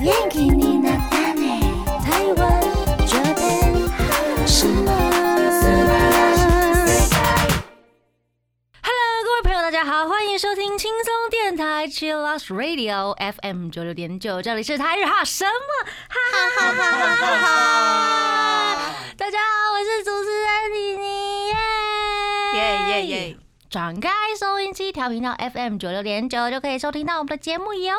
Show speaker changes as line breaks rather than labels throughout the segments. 元気になったね台湾这边什么？
Hello，各位朋友，大家好，欢迎收听轻松电台 Chill Out Radio FM 九六点九，这里是台日哈什么哈哈哈哈哈哈！大家好，我是主持人妮妮耶
耶耶耶！
转开收音机，调频到 FM 九六点九，就可以收听到我们的节目哟。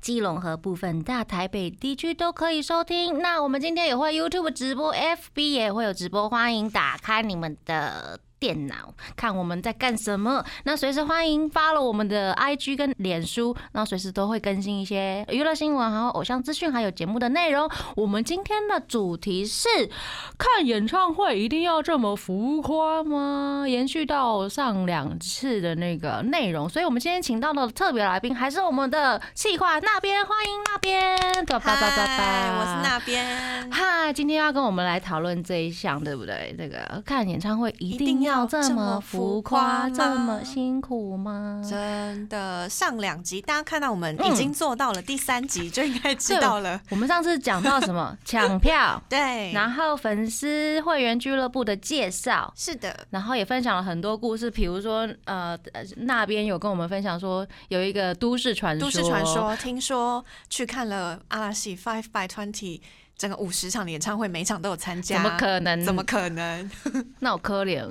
基隆和部分大台北地区都可以收听。那我们今天也会 YouTube 直播，FB 也会有直播，欢迎打开你们的电脑看我们在干什么。那随时欢迎 follow 我们的 IG 跟脸书，然后随时都会更新一些娱乐新闻，还有偶像资讯，还有节目的内容。我们今天的主题是看演唱会一定要这么浮夸吗？延续到上两次的那个内容，所以我们今天请到的特别来宾还是我们的企划那边，欢迎那边，叭叭叭叭
嗨
叭，
我是那边。
嗨，今天要跟我们来讨论这一项，对不对？这个看演唱会一
一
定
定
要
要
这
这
么
么
浮
浮
夸、
夸
这
吗
么辛苦吗？
真的，上两集大家看到我们已经做到了，第三集就应该知道了。
我们上次讲到什 么抢票，
对，
然后粉丝会员俱乐部的介绍。
是的，
然后也分享了很多故事，比如说，呃，呃那边有跟我们分享说有一个都市传说，
都市传说，听说去看了阿拉西 Five by Twenty 整个五十场的演唱会，每场都有参加，
怎么可能？
怎么可能？
那我可怜。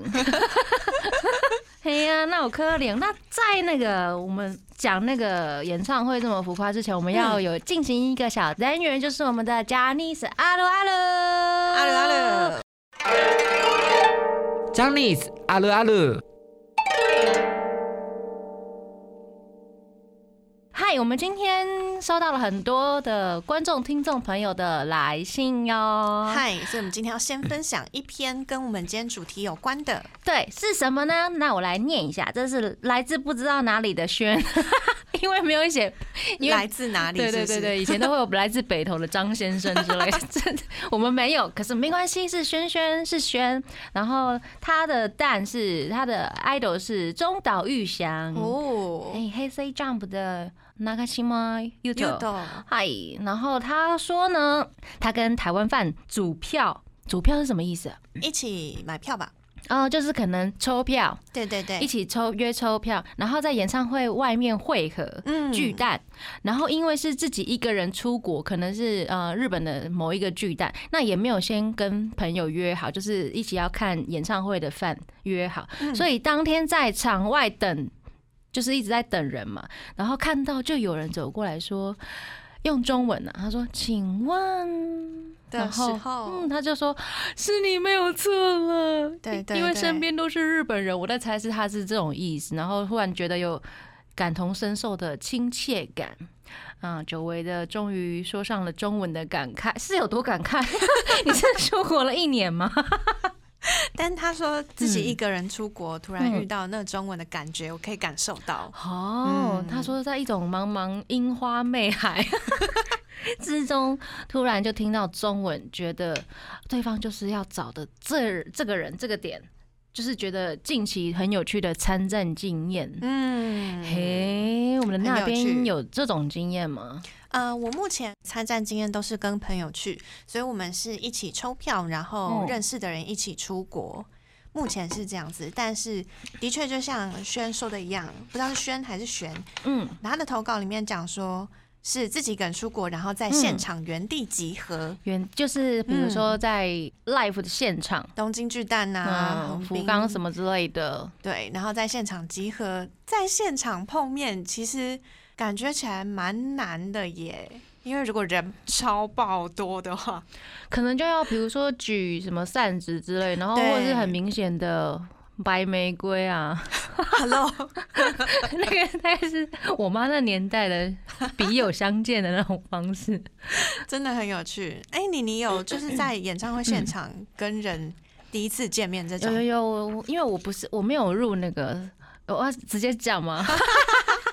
嘿呀、那我可怜。那在那个我们讲那个演唱会这么浮夸之前，我们要有进行一个小单元，就是我们的 j a n i c e 阿鲁阿鲁
阿
阿
鲁阿鲁，
张力阿鲁阿鲁，
嗨，我们今天收到了很多的观众、听众朋友的来信哟。
嗨！所以我们今天要先分享一篇跟我们今天主题有关的，
对，是什么呢？那我来念一下，这是来自不知道哪里的轩， 因为没有写，因为
来自哪里？
对对
是不
对
是
对，以前都会有来自北投的张先生之类的， 真的我们没有，可是没关系，是轩轩是轩，然后他的蛋是他的 idol 是中岛裕翔，
哦，
哎、黑 C Jump 的 Nakashima Yuto，
豆
嗨，然后他说呢，他跟台湾饭组票，组票是什么意思？啊
一起买票吧。
哦、就是可能抽票，
对对对，
一起抽约抽票，然后在演唱会外面汇合，
嗯
巨蛋，然后因为是自己一个人出国，可能是呃日本的某一个巨蛋，那也没有先跟朋友约好，就是一起要看演唱会的饭约好，
嗯
所以当天在场外等，就是一直在等人嘛，然后看到就有人走过来说。用中文呢、啊，他说：“请问，然
的时
后
候，
嗯，他就说是你没有错了，
对对
因为
对
身边都是日本人，我在猜是他是这种意思，然后忽然觉得有感同身受的亲切感。啊，久违的，终于说上了中文的感慨，是有多感慨？ 你是出国了一年吗？
但他说自己
嗯
一个人出国，突然
嗯
遇到那中文的感觉，我可以感受到。
哦，他说在一种茫茫樱花媚海 之中，突然就听到中文，觉得对方就是要找的这这个人这个点，就是觉得近期很有趣的参战经验。
嗯，
嘿，我们的那
很有趣
边有这种经验吗？
呃，我目前参战经验都是跟朋友去，所以我们是一起抽票，然后
嗯
认识的人一起出国。目前是这样子，但是的确就像轩说的一样，不知道是轩还是璇，
嗯，
他的投稿里面讲说是自己一个人出国，然后在
嗯
现场原地集合，
原就是比如说在 live 的现场，
东京巨蛋
嗯，
啊，横
福
滨
冈什么之类的，
对，然后在现场集合，在现场碰面，其实感觉起来蛮难的耶。因为如果人超爆多 的话，
可能就要比如说举什么扇子之类，然后或
对
者是很明显的白玫瑰啊 ，Hello，那 个大概是我妈那年代的笔友相见的那种方式。
真的很有趣。哎，你你有就是在演唱会现场跟人第一次见面 这
有
种
有，有，我我因为我不是我没有入那个，我要直接讲 吗？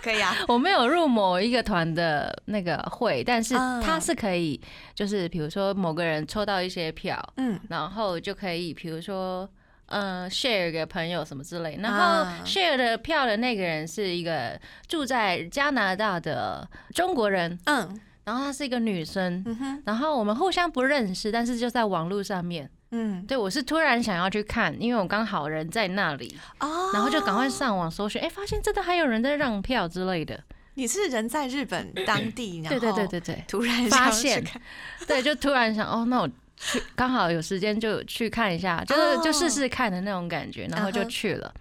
可 以啊？
我没有入某一个团的那个会，但是
嗯
它是可以，就是比如说某个人抽到一些票，
嗯，
然后就可以，比如说，嗯，share 给朋友什么之类。然后
啊
share 的票的那个人是一个住在加拿大的中国人，
嗯，
然后她是一个女生，
嗯哼，
然后我们互相不认识，但是就在网络上面。
嗯，
对我是突然想要去看，因为我刚好人在那里，
哦，
然后就赶快上网搜寻，哎，发现真的还有人在让票之类的。
你是人在日本当 地，然
对
后
对对对对
突然
发
想要去
现
看
对，就突然想，哦，那我去刚好有时间就去看一下，就是就试试看的那种感觉，然后就
哦嗯哼
去了。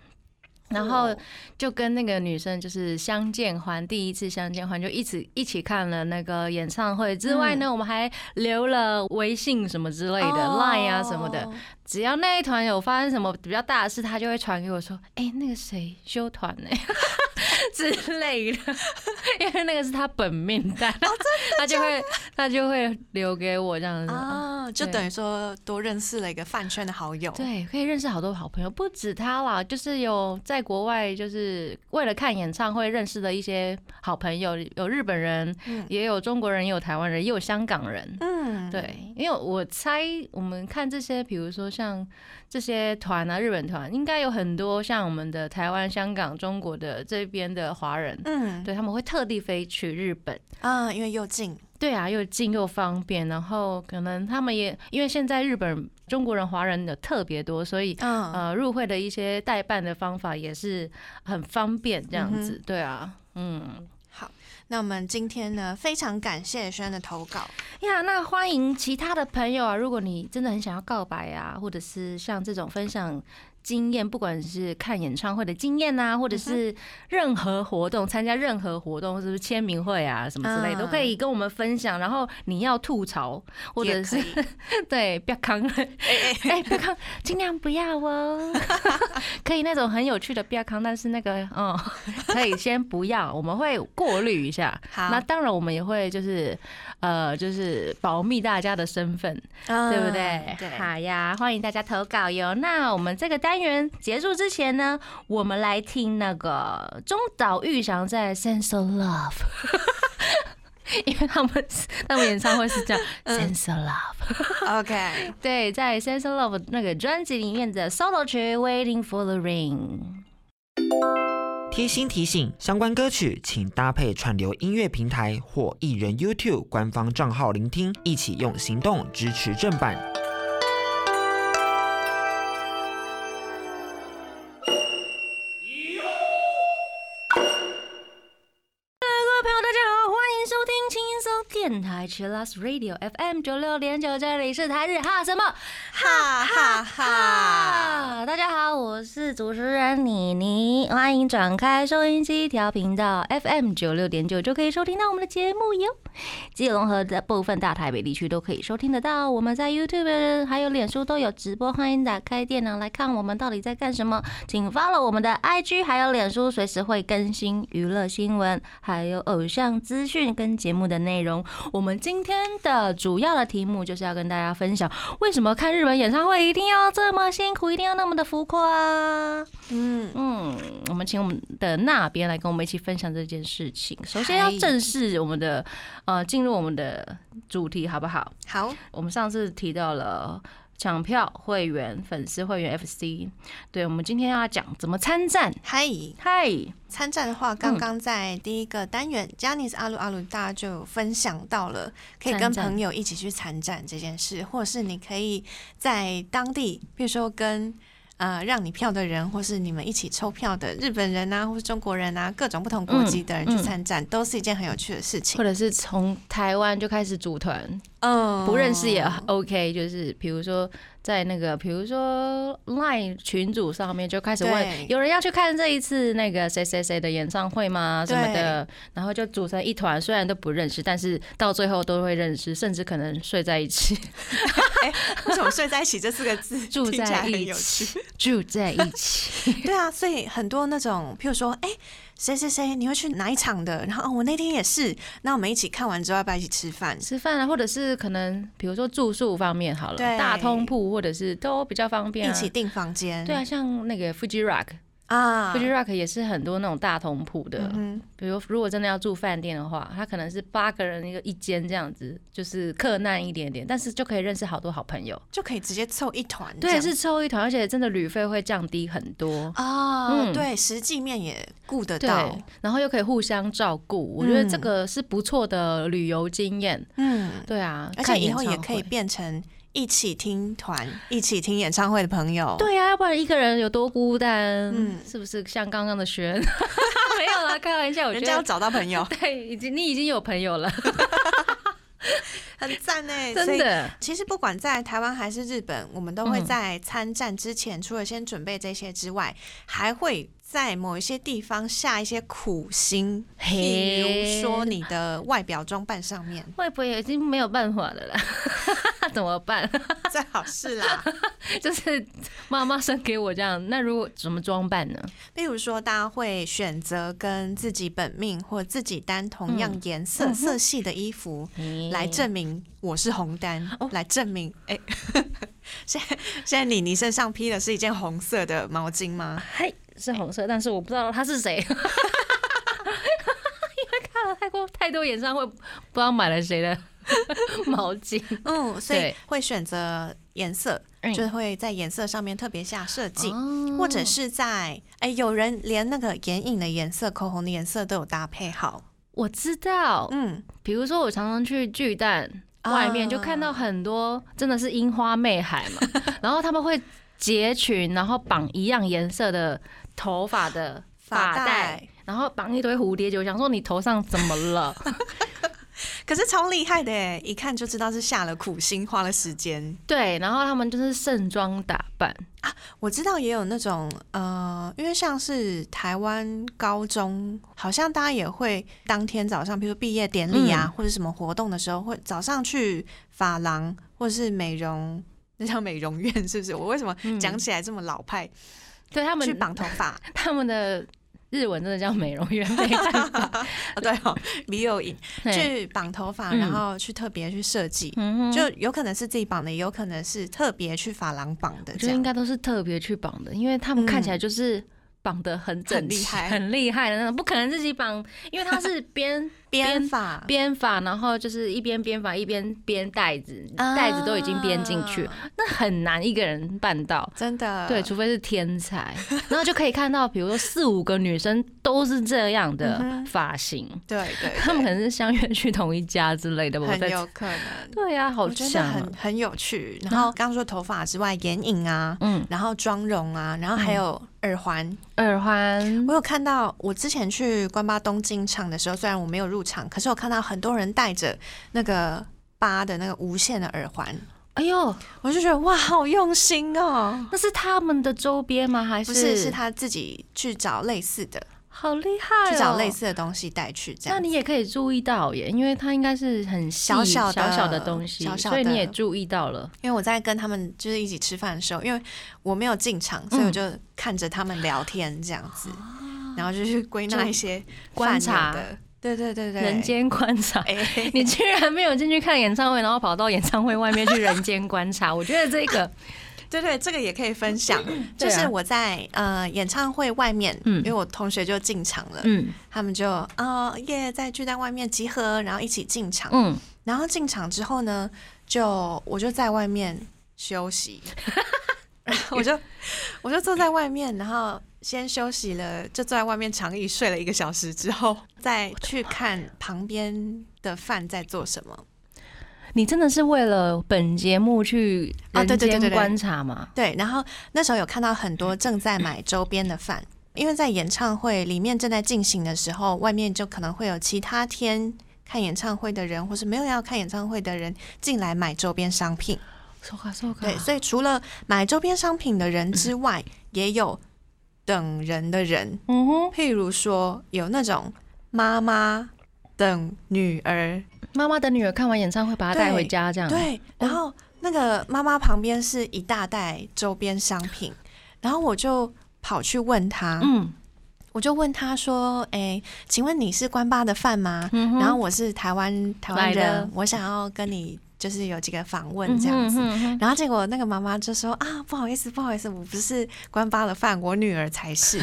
然后
哦
就跟那个女生就是相见欢，第一次相见欢就一起一起看了那个演唱会。之外呢，我们还留了微信什么之类的、
嗯哦
Line 啊什么的。只要那一团有发生什么比较大的事，他就会传给我说：“哎、那个谁休团呢、 之类的。”因为那个是他本命单， 他就会他就会留给我这样子。
啊，就
嗯对
等于说多认识了一个饭圈的好友，
对，可以认识好多好朋友，不止他啦，就是有在国外，就是为了看演唱会认识的一些好朋友，有日本人，
嗯
也有中国人，也有台湾人，也有香港人。
嗯，
对，因为我猜我们看这些，比如说像这些团啊，日本团，应该有很多像我们的台湾、香港、中国的这边的华人，
嗯，
对他们会特地飞去日本。
啊，因为又近，
对啊，又近又方便，然后可能他们也因为现在日本中国人、华人的特别多，所以
嗯，
呃入会的一些代办的方法也是很方便，这样子。对啊，嗯。
好，那我们今天呢，非常感谢轩的投稿，
呀那欢迎其他的朋友啊！如果你真的很想要告白啊，或者是像这种分享经验，不管是看演唱会的经验啊，或者是任何活动，参加任何活动，是不是签名会啊什么之类的，
嗯
都可以跟我们分享。然后你要吐槽，或者
也可
是
以
对不要扛， 哎不要扛，尽量不要哦。 可以那种很有趣的不要扛，但是那个嗯， 可以先不要，我们会过滤一下。
好
那当然，我们也会就是呃，就是保密大家的身份，对不对
嗯？对，
好呀，欢迎大家投稿哟。那我们这个单元结束之前呢，我们来听那个中岛裕翔在《Sense of Love》。因 为他们是他们演唱会是 这样，Sense of Love，
OK，
嗯对，在 Sense of Love 那个专辑里面的 solo 曲《Waiting for the Rain》。
贴心提醒：相关歌曲请搭配串流音乐平台或艺人 YouTube 官方账号聆听，一起用行动支持正版。
各位朋友，大家好，欢迎收听轻松电台 Chillus Radio FM 九六点九，这里是台日哈什么
哈哈哈，
哈？大家好，我是主持人妮妮，欢迎转开收音机调频道 FM 九六点九，就可以收听到我们的节目哟。基隆和的部分大台北地区都可以收听得到，我们在 YouTube 还有脸书都有直播，欢迎打开电脑来看我们到底在干什么。请 follow 我们的 IG 还有脸书，随时会更新娱乐新闻，还有偶像资讯跟节目的内容。我们今天的主要的题目就是要跟大家分享，为什么看日本演唱会一定要这么辛苦，一定要那么的浮夸？
嗯，
嗯，我们请我们的那边来跟我们一起分享这件事情。首先要
嗨
正视我们的呃，进入我们的主题好不好？
好，
我们上次提到了抢票会员、粉丝会员 FC，对，我们今天要讲怎么参战。
嗨，
嗨，
参战的话，刚
嗯
刚在第一个单元 j a n i c e 阿鲁阿鲁，大家就有分享到了，可以
参
跟
战
朋友一起去参战这件事，或者是你可以在当地，比如说跟呃让你票的人，或是你们一起抽票的日本人啊，或是中国人啊，各种不同国籍的人
嗯
去参战，都是一件很有趣的事情
或。者是从台湾就开始组团，
嗯
不认识也 OK，就是比如说在那个，比如说 Line 群组上面就开始
对
问，有人要去看这一次那个谁谁谁的演唱会吗？什么的，然后就组成一团，虽然都不认识，但是到最后都会认识，甚至可能睡在一起，
为什么睡在一起这四个字
住
听起来
在
很
一
有趣？
起，住在一起。
对啊，所以很多那种，譬如说，哎、谁谁谁，你会去哪一场的？然后、哦、我那天也是，那我们一起看完之后，要不要一起吃饭？
吃饭啊，或者是可能比如说住宿方面好了，
对
大通铺或者是都比较方便、啊，啊
一起订房间。
对啊，像那个 Fuji Rock
啊
Fuji Rock 也是很多那种大同铺的，
嗯
比如如果真的要住饭店的话，它可能是八个人一个一间这样子，就是客难一点点，但是就可以认识好多好朋友。
哼，就可以直接凑一团这
对，
样。
是凑一团，而且真的旅费会降低很多。
啊、
嗯
对，实际面也顾得
对
到。，
然后又可以互相照顾，我觉得这
嗯
个是不错的旅游经验。
嗯，
对啊，
而且
看
以
演
后
唱
也可以
会
变成一起听团、一起听演唱会的朋友。
对啊呀、要不然一个人有多孤单？
嗯
是不是像刚刚的轩？ 没有啦，开玩笑，我觉
人家要
得，
找到朋友
对，已经你已经有朋友了，
很赞哎，
真。的。
其实不管在台湾还是日本，我们都会
嗯
在参战之前，除了先准备这些之外，还会在某一些地方下一些苦心，譬如
嘿，
说你的外表装扮上面
会不会已经没有办法了啦？ 怎么办？
最好是啦。
就是妈妈生给我这样，那如果怎么装扮呢？
例如说，大家会选择跟自己本命或自己单同
嗯
样颜色、色系的衣服。来证明我是红单，
哦
来证明哎， 现在现在你你身上披的是一件红色的毛巾吗？
嘿是红色，但是我不知道他是谁，因 为看了太多太多演唱会，不知道买了谁的 毛巾。
嗯，所以
对
会选择颜色，
嗯
就会在颜色上面特别下设计，
哦
或者是在哎，有人连那个眼影的颜色、口红的颜色都有搭配好。
我知道，
嗯，
比如说我常常去巨蛋
啊
外面，就看到很多真的是樱花妹海 嘛，然后他们会结群，然后绑一样颜色的头发的
发
发带，
带，
然后绑一堆蝴蝶结，我想说你头上怎么 了？
可是超厉害的哎，一看就知道是下了苦心，花了时间。
对，然后他们就是盛装打扮，
我知道也有那种呃，因为像是台湾高中，好像大家也会当天早上，比如说毕业典礼啊，
嗯
或者什么活动的时候，会早上去发廊或是美容，那叫美容院是不是？我为什么
嗯
讲起来这么老派？
对他们
去绑头 发
他们的日文真的叫美容院，没办 法，
哦，对哦，李友颖
对
去绑头发，
嗯
然后去特别去设计。
嗯哼
就有可能是自己绑的，也有可能是特别去发廊绑
我
的这
觉得
样。
应该都是特别去绑的，因为他们看起来就是绑得很整
很厉
齐
害
很厉害的那种，不可能自己绑，因为他是 编
编法
编法，然后就是一边编法一边编带子，
啊
带子都已经编进去，那很难一个人办到。
真的
对，除非是天才，然后就可以看到，比如说四五个女生都是这样
嗯
的发型，
对对对，
他们可能是相约去同一家之类的吧。我在
很有可能。
对呀、好
我觉得
像啊、
很很有趣。然后刚刚说头发之外，眼影啊，
嗯，
然后妆容啊，然后还有耳环。
耳环
我有看到，我之前去关巴东京场的时候，虽然我没有入场，可是我看到很多人戴着那个八的那个无线的耳环，
哎呦，
我就觉得哇，好用心哦。
那是他们的周边吗？还
不
是
是，是他自己去找类似的，
好厉害、哦，
去找类。似的东西带去，这
那
样。
你也可以注意到耶，因为它应该是很细
小小
小
的
的东西，
小小
所以
的
你也注意到了。
因为我在跟他们就是一起吃饭的时候，因为我没有进场，
嗯
所以我就看着他们聊天这样子， 然后就是归纳一些
啊观察
饭友的，对对对对，
人 间观察，
哎、
你居然没有进去看演唱会，然后跑到演唱会外面去人间观察，我觉得这个
对对，这个也可以分享。就
对啊
是我在呃演唱会外面，
嗯
因为我同学就进场了，
嗯
他们就哦耶在巨蛋外面集合，然后一起进场，
嗯，
然后进场之后呢，就我就在外面休息，然后我就我就坐在外面，然后先休息了，就坐在外面长椅睡了一个小时之后，再去看旁边的饭在做什么。
你真的是为了本节目去
啊
人
对对对对
间
对
观察吗？
对，然后那时候有看到很多正在买周边的饭，因为在演唱会里面正在进行的时候，外面就可能会有其他天看演唱会的人，或是没有要看演唱会的人进来买周边商品。
说卡说卡
对，所以除了买周边商品的人 之外，也有等人的人，
嗯哼，
譬如说有那种妈妈等女儿，
妈妈的女儿看完演唱会把她带回家这样，
对，然后那个妈妈旁边是一大袋周边商品，然后我就跑去问她，
嗯，
我就问她说：“哎、请问你是关巴的饭吗？”
嗯哼
然后我是台湾台湾
来的
人，我想要跟你。就是有几个访问这样子。
嗯哼哼
然后结果那个妈妈就说啊，不好意思，不好意思，我不是关巴的饭，我女儿才是，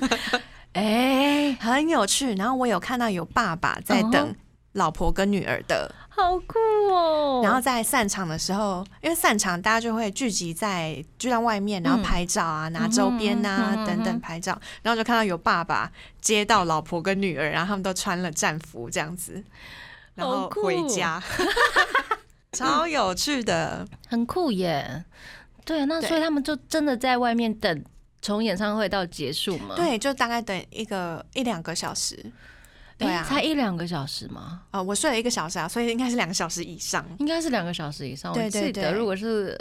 哎、
很有趣。然后我有看到有爸爸在
嗯
等老婆跟女儿的，
好酷哦！
然后在散场的时候，因为散场大家就会聚集在聚到外面，然后拍照啊，拿周边啊、
嗯嗯嗯嗯嗯嗯
等等拍照，然后就看到有爸爸接到老婆跟女儿，然后他们都穿了战服这样子，然
好
后
酷
回家， 超有趣的。
很酷耶。对，啊那
对
所以他们就真的在外面等，从演唱会到结束吗？
对，就大概等一个一两个小时。对
哎
啊，
才一两个小时吗？
呃，我睡了一个小时啊，所以应该是两个小时以上。
应该是两个小时以上。
对对
我记得
对
如果是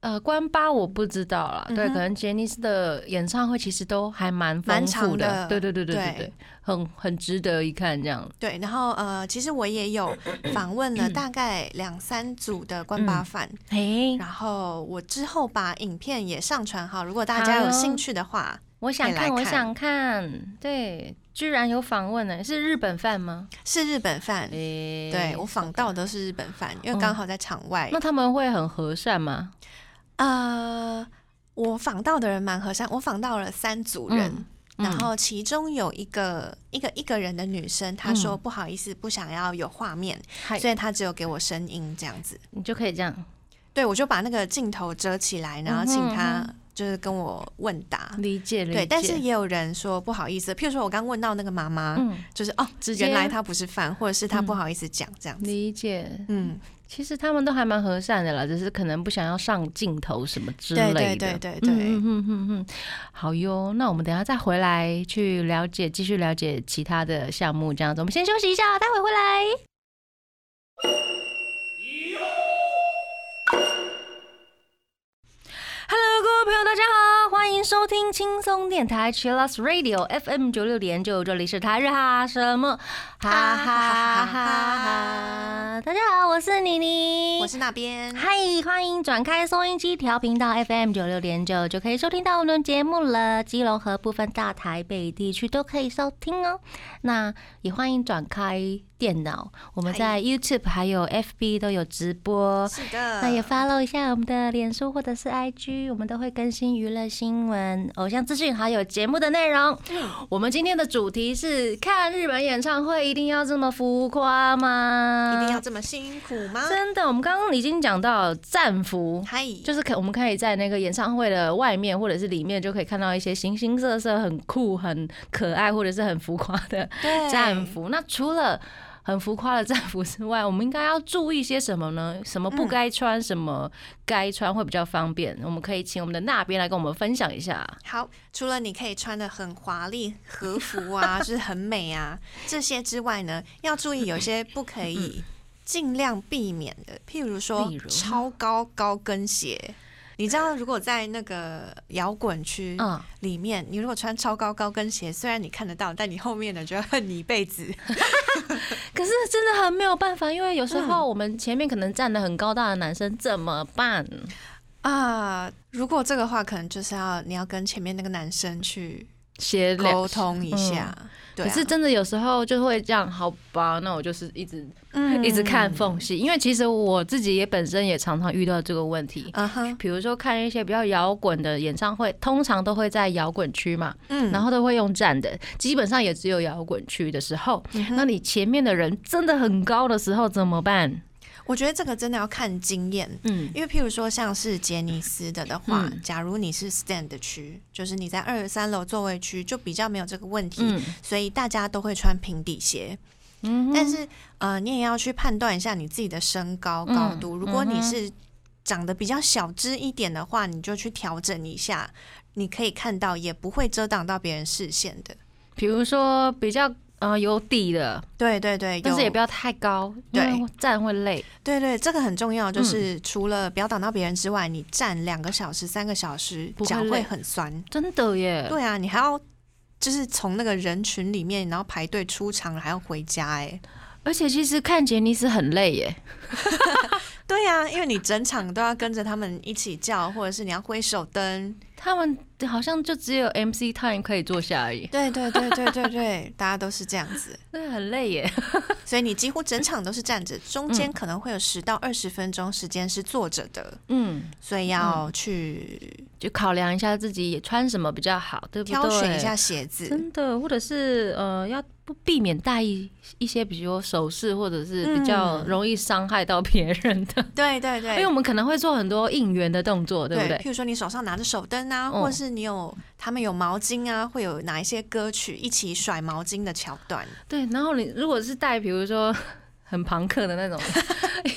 呃关八，我不知道啦。对，
嗯哼
可能杰尼斯的演唱会其实都还蛮丰
蛮
富
长
的。
的
对对对对对
对
对，很很值得一看这样。
对，然后呃，其实我也 有访问
嗯
了大概两三组的关巴饭，
哎，
然后我之后把影片也上传好，如果大家
啊
有兴趣的话，
我想
可以来
看，我
看
想看，对，居然有访问呢、是日本饭吗？
是日本饭。
哎，
对我访到的是日本饭，因
嗯
为刚好在场外
那。他们会很和善吗？
呃，我访到的人蛮和善，我访到了三组人。
嗯
然后其中有一个一个一个人的女生，她说不好意思，不想要有画面，
嗯嗨
所以她只有给我声音这样子。
你就可以这样
对，我就把那个镜头遮起来，然后请
嗯哼
她就是跟我问答。
理解理解。
对，但是也有人说不好意思，譬如说我刚问到那个妈妈，
嗯，
就是哦，
接
原来她不是饭，或者是她
嗯
不好意思讲这样子。
理解。
嗯，
其实他们都还蛮和善的啦，只是可能不想要上镜头什么之类的。
对对对对对，
嗯嗯嗯嗯，好哟，那我们等一下再回来去了解，继续了解其他的项目，这样子。我们先休息一下，待会回来。Hello，各位朋友，大家好，欢迎收听轻松电台 Chillus Radio FM 九六点九，这里是台日哈什么哈哈哈哈哈。呃大家好，我是妮妮，
嗯我是那边，
嗨，欢迎转开收音机调频道 FM 九六点九，就可以收听到我们的节目了。基隆和部分大台北地区都可以收听哦。那也欢迎转开电脑，我们在 YouTube 还有 FB 都有直播。
是的，
那也 follow 一下我们的脸书或者是 IG，我们都会更新娱乐新闻、偶像资讯，还有节目的内容。
嗯
我们今天的主题是看日本演唱会一定要这么浮夸吗？
一定要这么辛苦吗？
真的，我们刚刚已经讲到战服，
嗨，
就是可我们可以在那个演唱会的外面或者是里面，就可以看到一些形形色色、很酷、很可爱或者是很浮夸的
对
战服。那除了很浮夸的战服之外，我们应该要注意些什么呢？什么不
嗯
该穿，什么该穿会比较方便？我们可以请我们的那边来跟我们分享一下。
好，除了你可以穿的很华丽和 服啊，就是很美啊这些之外呢，要注意有些不可以尽量避免的，譬如说
嗯例如
超高高跟鞋。你知道，如果在那个摇滚区
嗯，
里面，你如果穿超高高跟鞋，虽然你看得到，但你后面的人就会恨你一辈子。
可是真的很没有办法，因为有时
嗯
候我们前面可能站得很高大的男生怎么办？
啊，如果这个话，可能就是要你要跟前面那个男生去
鞋
沟通一下，
啊
对、啊，
嗯可是真的有时候就会这样，好吧，那我就是一直、
嗯
一直看，缝隙，因为其实我自己也本身也常常遇到这个问题。
嗯哼，
比如说看一些比较摇滚的演唱会，通常都会在摇滚区嘛，
嗯，
然后都会用站的，基本上也只有摇滚区的时候，
嗯
那你前面的人真的很高的时候怎么办？
我觉得这个真的要看经验。
嗯，
因为譬如说像是杰尼斯的的话，
嗯
假如你是 stand 的区，就是你在二十三楼座位区就比较没有这个问题，
嗯
所以大家都会穿平底鞋。
嗯
但是呃，你也要去判断一下你自己的身高
嗯
高度。如果你是长得比较小只一点的话，你就去调整一下，你可以看到，也不会遮挡到别人视线的。
比如说比较呃有底的，
对对对，
但是
有
也不要太高，因
对
为站会累。
对对，这个很重要，就是除了不要挡到别人之外，你站两个小时、三个小时
不，会
脚
累
会很酸。
真的耶，
对啊，你还要就是从那个人群里面，然后排队出场，还要回家、哎，
而且其实看杰尼斯很累耶，
对啊，因为你整场都要跟着他们一起叫，或者是你要挥手灯，
他们好像就只有 MC time 可以坐下而已，
对对对对对对，大家都是这样子，
那很累耶。
所以你几乎整场都是站着，中间可能会有十到二十分钟时间是坐着的，
嗯，
所以要去
就考量一下自己穿什么比较好，对不对？
挑选一下鞋子。
真的，或者是呃，要不避免带一一些，比如说首饰，或者是比较
嗯
容易伤害到别人的，
对对对，
因为我们可能会做很多应援的动作，对不对？
譬如说你手上拿着手灯啊，
嗯
或是你有他们有毛巾啊，会有哪一些歌曲一起甩毛巾的桥段？
对，然后你如果是带，比如说很朋克的 那种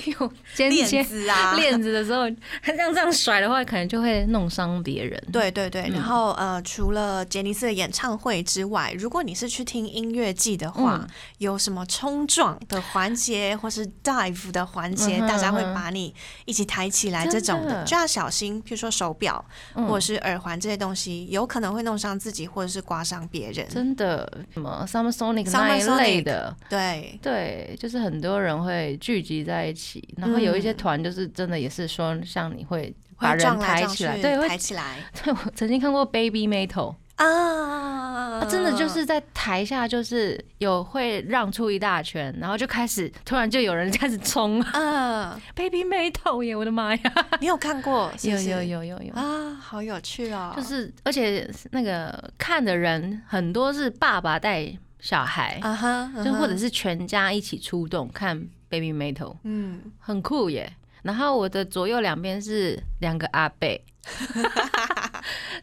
用尖
链
尖
子啊，
链子的时候，他这样这样甩的话，可能就会弄伤别人。
对对对，
嗯
然后呃，除了杰尼斯的演唱会之外，如果你是去听音乐季的话，
嗯
有什么冲撞的环节或是 dive 的环节，
嗯哼
大家会
嗯哼
把你一起抬起来，
真
这
的
种的就要小心。譬如说手表、
嗯
或者是耳环这些东西，有可能会弄伤自己或者是刮伤别人。
真的什么 Summer Sonic 那
Summer
一类的，
对，
对，就是很多人会聚集在一起，然后有一些团就是真的也是说像你会把
嗯会
人
撞
抬
撞
起
去，
来，对，会
抬起来
对 我曾经看过 Baby Metal，、
啊
啊真的就是在台下就是有会让出一大圈，然后就开始突然就有人 开始冲
嗯，
Baby Metal 耶，我的妈呀！
你有看过？是
啊有
不是
有有有有。
啊，好有趣哦，
就是，而且那个看的人很多是爸爸带小孩，
啊哈，
就或者
是。
是全家一起出动看 Baby Metal，
嗯，
很酷耶。然后我的左右两边是两个阿 贝，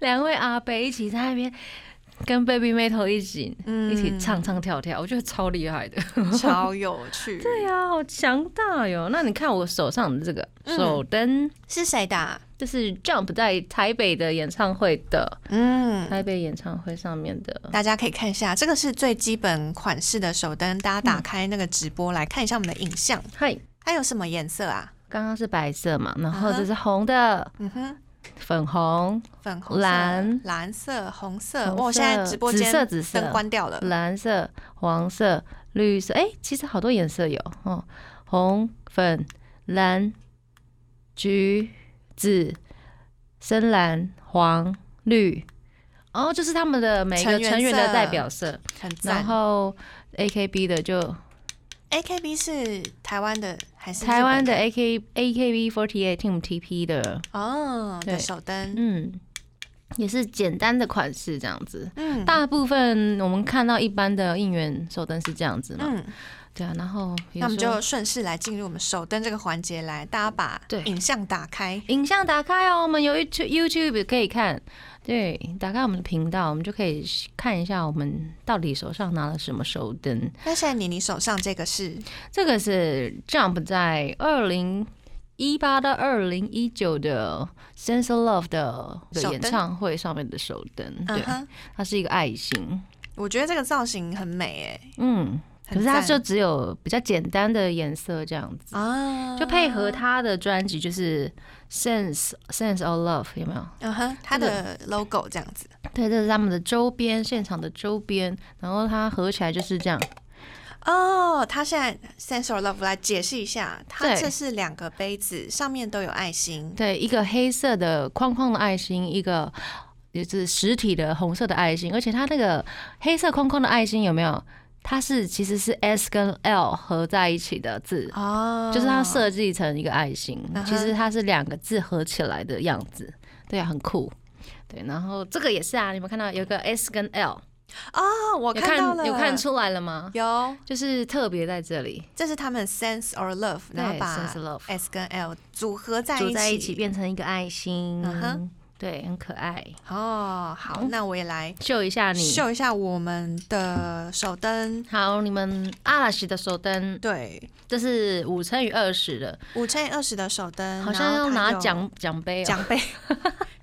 两位阿贝一起在那边跟 Baby Metal 一起、
嗯
一起唱唱跳跳，我觉得超厉害的。
超有趣。
对呀、好强大哟！那你看我手上的这个
嗯
手灯，
是谁的啊？
这是 Jump 在台北的演唱会的
嗯，
台北演唱会上面的
大家可以看一下，这个是最基本款式的手灯，大家打开那个直播来看一下我们的影像，
嗨，
它有什么颜色啊？
刚刚是白色嘛，然后
嗯哼
这是红的、
嗯哼，
粉红、
粉红色、
蓝
蓝色、红色。
红色
哇，我现在直播间
紫色紫色
灯关掉了。
蓝色、黄色、绿色，哎、其实好多颜色有哦，红、粉、蓝、橘、紫、深蓝、黄、绿，哦，就是他们的每一个
成员
成员的
色
代表色。
很
然
赞。
后 A K B 的就
AKB 是台湾的还是日本
台湾的 A K A K B forty eight Team T P 的，
哦
对
的手灯？
嗯，也是简单的款式这样子。
嗯，
大部分我们看到一般的应援手灯是这样子嘛？
嗯，
对啊，然后比如
那我们
说
就顺势来进入我们手灯这个环节来，大家把
对
影像打开。
影像打开哦，我们有 YouTube YouTube 可以看，对，打开我们的频道，我们就可以看一下我们到底手上拿了什么手灯。
那现在你你手上这个是
这个是 Jump 在二零一八到二零一九的 Sense of Love 的的
手灯
演唱会上面的手灯，
嗯
对，
哼，
它是一个爱心，
我觉得这个造型很美诶、
嗯，可是它
很
就
赞
只有比较简单的颜色这样子。
啊，
就配合他的专辑，就是《Sense Sense of Love》，有没有？
嗯哼，它的 logo 这样子，
对，这是他们的周边，现场的周边，然后它合起来就是这样。
哦，它现在 sensor love 来解释一下，它
对
这是两个杯子，上面都有爱心，
对，一个黑色的框框的爱心，一个就是实体的红色的爱心，而且它那个黑色框框的爱心有没有？它是其实是 S 跟 L 合在一起的字，
哦，
就是它设计成一个爱心，
嗯哼
其实它是两个字合起来的样子。对啊，很酷。对，然后这个也是啊，你们看到有个 S 跟 L，
哦，我
有
到了，
有看出来了吗？
有，
就是特别在这里
这是他们 sense or love，然后把
sense love
S 跟 L 组合在
组
一
在
起，
一起变成一个爱心，
嗯哼
对，很可爱。
哦，好，那我也来
秀一下你，
秀一下我们的手灯，
好，你们阿拉西的手灯，
对，
这是五乘以二十的，
五乘以二十的手灯，
好
嗯然
像
后
要
它
拿
有
奖奖杯哦。
奖杯。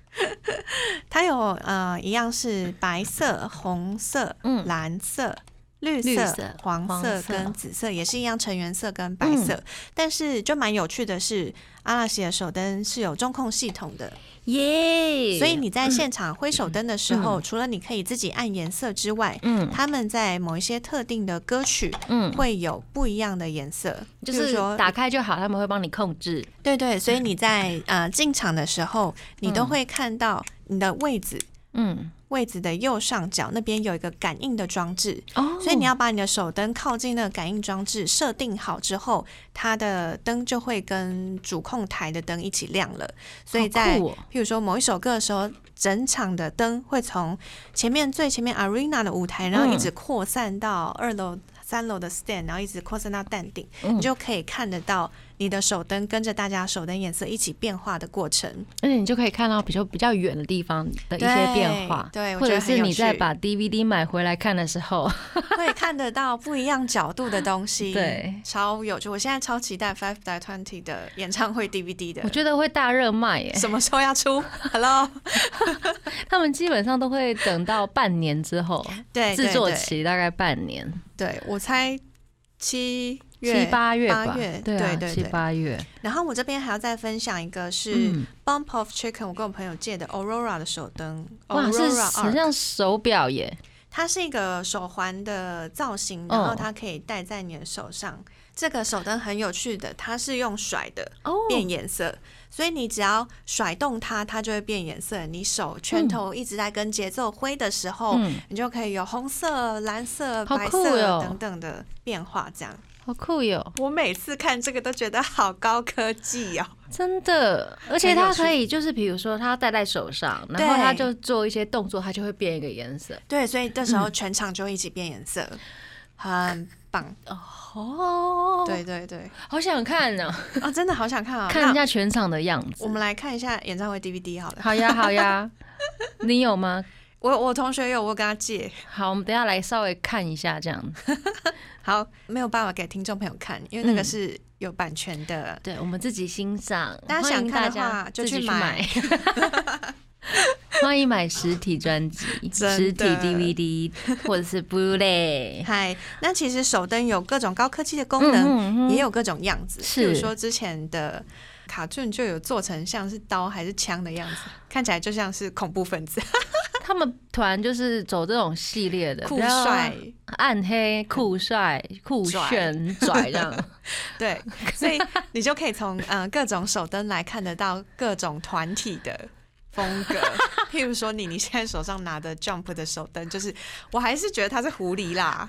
它有呃，一样是白色、红色、
嗯
蓝色、绿色、
绿色
黄
黄
色
色
跟紫色，也是一样成员色跟白色。
嗯
但是就蛮有趣的是，阿拉西的手灯是有中控系统的，
耶！
所以你在现场挥手灯的时候，除了你可以自己按颜色之外，
嗯
他们在某一些特定的歌曲
嗯，
会有不一样的颜色，
就
譬如
是
说
打开就好，他们会帮你控制。嗯
对对，所以你在呃进场的时候，你都会看到你的位置
嗯，
位置的右上角那边有一个感应的装置，
哦
所以你要把你的手灯靠近那个感应装置，设定好之后，它的灯就会跟主控台的灯一起亮了。所以在、
好酷哦
譬如说某一首歌的时候，整场的灯会从前面最前面 arena 的舞台，然后一直扩散到二楼、三楼的 stand，然后一直扩散到蛋顶，
嗯
你就可以看得到你的手灯跟着大家手灯颜色一起变化的过程。
而且你就可以看到比较比较远的地方的一些
对
变化，
对我
或
觉
者
得很
是
有
你在
趣
把 DVD 买回来看的时候，
会看得到不一样角度的东西，
对
超有趣。我现在超期待 Five by Twenty 的演唱会 DVD 的，
我觉得会大热卖耶。
什么时候要出 ？Hello，
他们基本上都会等到半年之后，
对，
制作
哎对，
期大概半年，
对对我猜七月、
七八月吧
八月，，
对啊，
对对
七八月，
然后我这边还要再分享一个是
嗯，
Bump of Chicken，我跟我朋友借的 Aurora 的手灯
嗯哇，是
，Aurora
好
Arc
像手表耶，
它是一个手环的造型，
哦
然后它可以戴在你的手上。这个手灯很有趣的，它是用甩的
哦
变颜色，所以你只要甩动它，它就会变颜色。你手拳头一直在跟节奏挥的时候，
嗯，
你就可以有红色、蓝色、
好
白
酷哟
色等等的变化。这样，
好酷哟。
我每次看这个都觉得好高科技哦。
真的，而且
很有
它
趣
可以就是比如说它戴在手上，然
对
后它就做一些动作，它就会变一个颜色。
对，所以这
嗯
时候全场就一起变颜色，很棒。
哦，
对，对对，
好想看 呢、
哦，真的好想看啊！
看一
那
下全场的样子
我。们来看一下演唱会 DVD 好了。
好呀，好呀， 你有吗？
我我同学有，我有跟他借。
好，我们等一下来稍微看一下，这样。
好，没有办法给听众朋友看，因为那
嗯
个是有版权的。
对，我们自己欣赏，
大家
欢迎
想看
大
的
家
话就
自己
去
去
买
买。 欢迎买实体专辑、
真
实体
的
DVD 或者是 Blu-ray。
嗨、那其实手灯有各种高科技的功能，
嗯
也有各种样子。
是
比如说之前的卡顿就有做成像是刀还是枪的样子，看起来就像是恐怖分子，
他们团就是走这种系列的，
酷
比较
帅。
暗黑、酷帅、酷炫、 拽这样。
对，所以你就可以从呃各种手灯来看得到各种团体的。风格，譬如说你，你现在手上拿的 Jump 的手灯，就是我还是觉得它是狐狸啦，